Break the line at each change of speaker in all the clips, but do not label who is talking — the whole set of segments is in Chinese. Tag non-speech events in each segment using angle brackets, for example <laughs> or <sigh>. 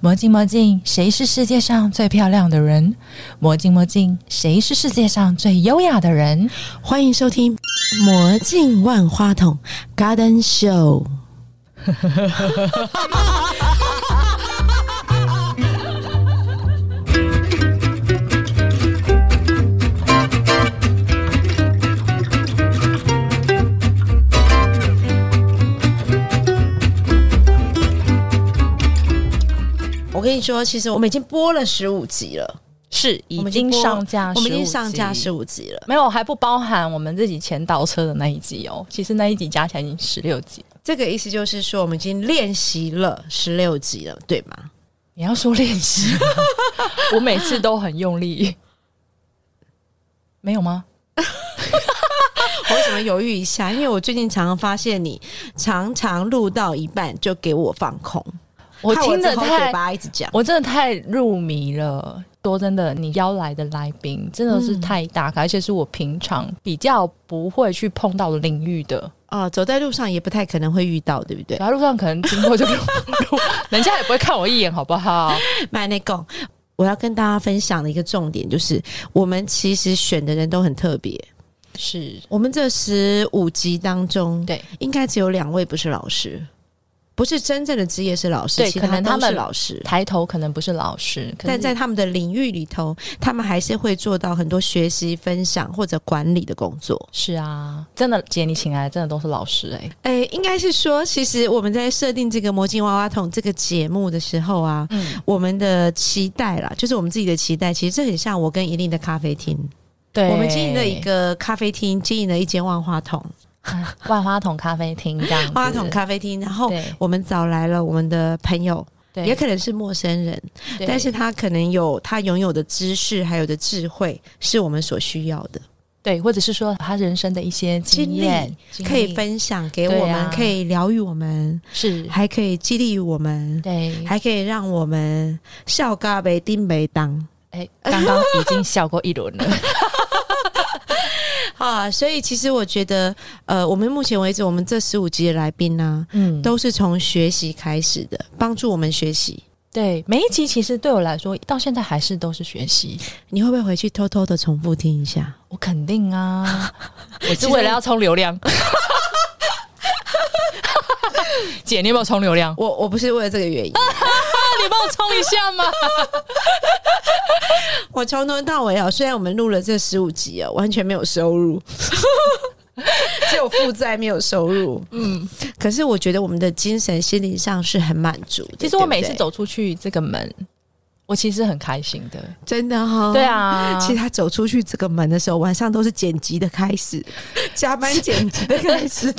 魔镜魔镜，谁是世界上最漂亮的人？魔镜魔镜，谁是世界上最优雅的人？
欢迎收听《魔镜万花筒》Garden Show。我跟你说，其实我们已经播了十五集了，
是
我
已
们
经
播
上架，
我们已经上架啊十。五集了。
没有，还不包含我们自己前倒车的那一集哦。其实那一集加起来已经十六集了。
这个意思就是说，我们已经练习了十六集了，对吗？
你要说练习吗， <laughs> 我每次都很用力，没有吗？
我为什么犹豫一下？因为我最近常常发现你常常录到一半就给我放空，
我
害
听得
只好嘴
太
巴一直讲。
我真的太入迷了。说真的，你邀来的来宾真的是太大咖，而且是我平常比较不会去碰到的领域的。
哦，走在路上也不太可能会遇到，对不对？
然后路上可能经过就给我人家也不会看我一眼，好不好？
麦内贡，我要跟大家分享的一个重点就是，我们其实选的人都很特别。
是，
我们这十五集当中，
对
应该只有两位不是老师，不是真正的职业是老师，
对
其
可能他
都
们
是老师。
抬头可能不是老师，可
但
能
在他们的领域里头，他们还是会做到很多学习、分享或者管理的工作。
是啊，真的姐，你请来的真的都是老师哎、
诶，应该是说，其实我们在设定这个《魔镜娃娃筒》这个节目的时候啊，
嗯，
我们的期待啦，就是我们自己的期待，其实这很像我跟一令的咖啡厅，
对，
我们经营了一个咖啡厅，经营了一间万花筒，
啊万花筒咖啡厅这样子，
万花筒咖啡厅，然后。
对
我们找来了我们的朋友，
对，
也可能是陌生人，
对
但是他可能有他拥有的知识，还有的智慧，是我们所需要的，
对，或者是说他人生的一些经
经历
验经
可以
历
分享给
对
我们，
啊
可以疗愈我们，
是，
还可以激励我们，
对，
还可以让我们笑嘎北丁北当
哎，刚刚已经笑过一轮了，
啊！所以其实我觉得，呃，我们目前为止，我们这十五集的来宾呢、
<laughs> 嗯，
都是从学习开始的，帮助我们学习。
对，每一集其实对我来说，到现在还是都是学习。
你会不会回去偷偷的重复听一下？
我肯定啊， <laughs> 我
其
是
实
为了要冲流量。 <laughs> 姐，你有没有冲流量？
我我不是为了这个原因，
那你帮我冲一下 <laughs> 吗？
我从头到尾哦，虽然我们录了这十五集哦，完全没有收
<laughs>
入，只有负债没有收入。嗯，可是我觉得我们的精神心灵上是很满足的。
其实我
对不
每次
对
走出去这个门，我其实很开心的。
真的哈、
对。 <laughs> 啊，
其实他走出去这个门的时候，晚上都是剪辑的开始，加班剪辑的开始。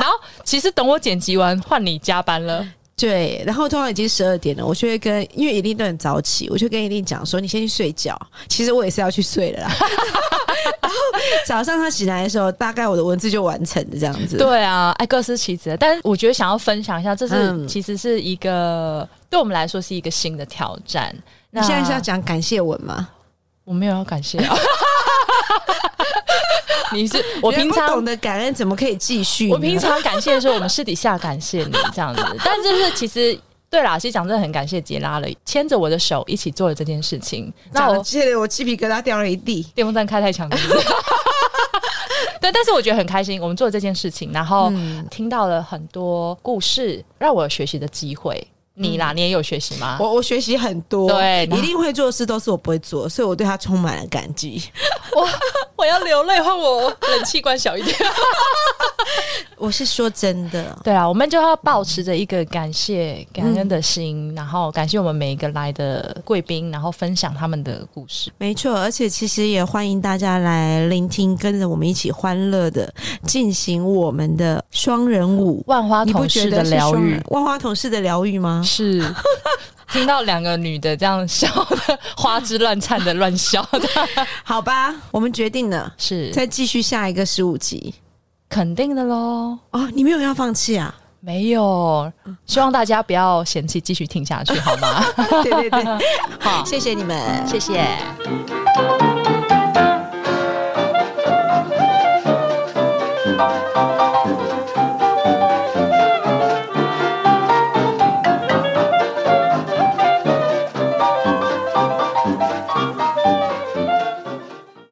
然后其实等我剪辑完，换你加班了。
<laughs> 对，然后通常已经十二点了，我就会跟，因为一定都很早起，我就跟一定讲说，你先去睡觉。其实我也是要去睡了啦。 <laughs> 然后早上他醒来的时候，大概我的文字就完成了这样子。
对啊，哎，各司其职。但是我觉得想要分享一下，这是、
嗯
其实是一个对我们来说是一个新的挑战。
你
那
现在是要讲感谢文吗？
我没有要感
<laughs>
谢啊。你是我
人
平
不
常
懂啊得感恩，怎么可以继续呢？
我平常感谢的时候，我们私底下感谢你这
<laughs>
样子，但就是其实。对啦，其实讲真的很感谢杰拉了，牵着我的手一起做了这件事情。那
讲了
我
谢谢我鸡皮疙瘩掉了一地。
电风扇开太强了，是不是 <laughs> 对，但是我觉得很开心，我们做了这件事情，然后听到了很多故事，让我有学习的机会。你啦，你也有学习吗？
我我学习很多，
啊对
一定会做的事都是我不会做，所以我对他充满了感激。
我我要流泪，换我冷气关小一点。
我是说真
<laughs>
的，
对啊，我们就要保持着一个感谢、感恩的心，然后感谢我们每一个来的贵宾，然后分享他们的故事。
没错，而且其实也欢迎大家来聆听，跟着我们一起欢乐的进行我们的双人舞。
万花
你不
筒
觉
式
得
的
是
疗
双人
愈
万花筒式的疗愈吗？
是 <laughs> 听到两个女的这样笑的花枝乱颤的乱笑 <laughs> 的，
好吧，我们决定了，
是
再继续下一个十五集。
肯定的喽。
哦，你没有要放弃啊？
没有，希望大家不要嫌弃，继续听下去好吗？
对对对，
好，
谢谢你们。
谢谢。
Thank
拜。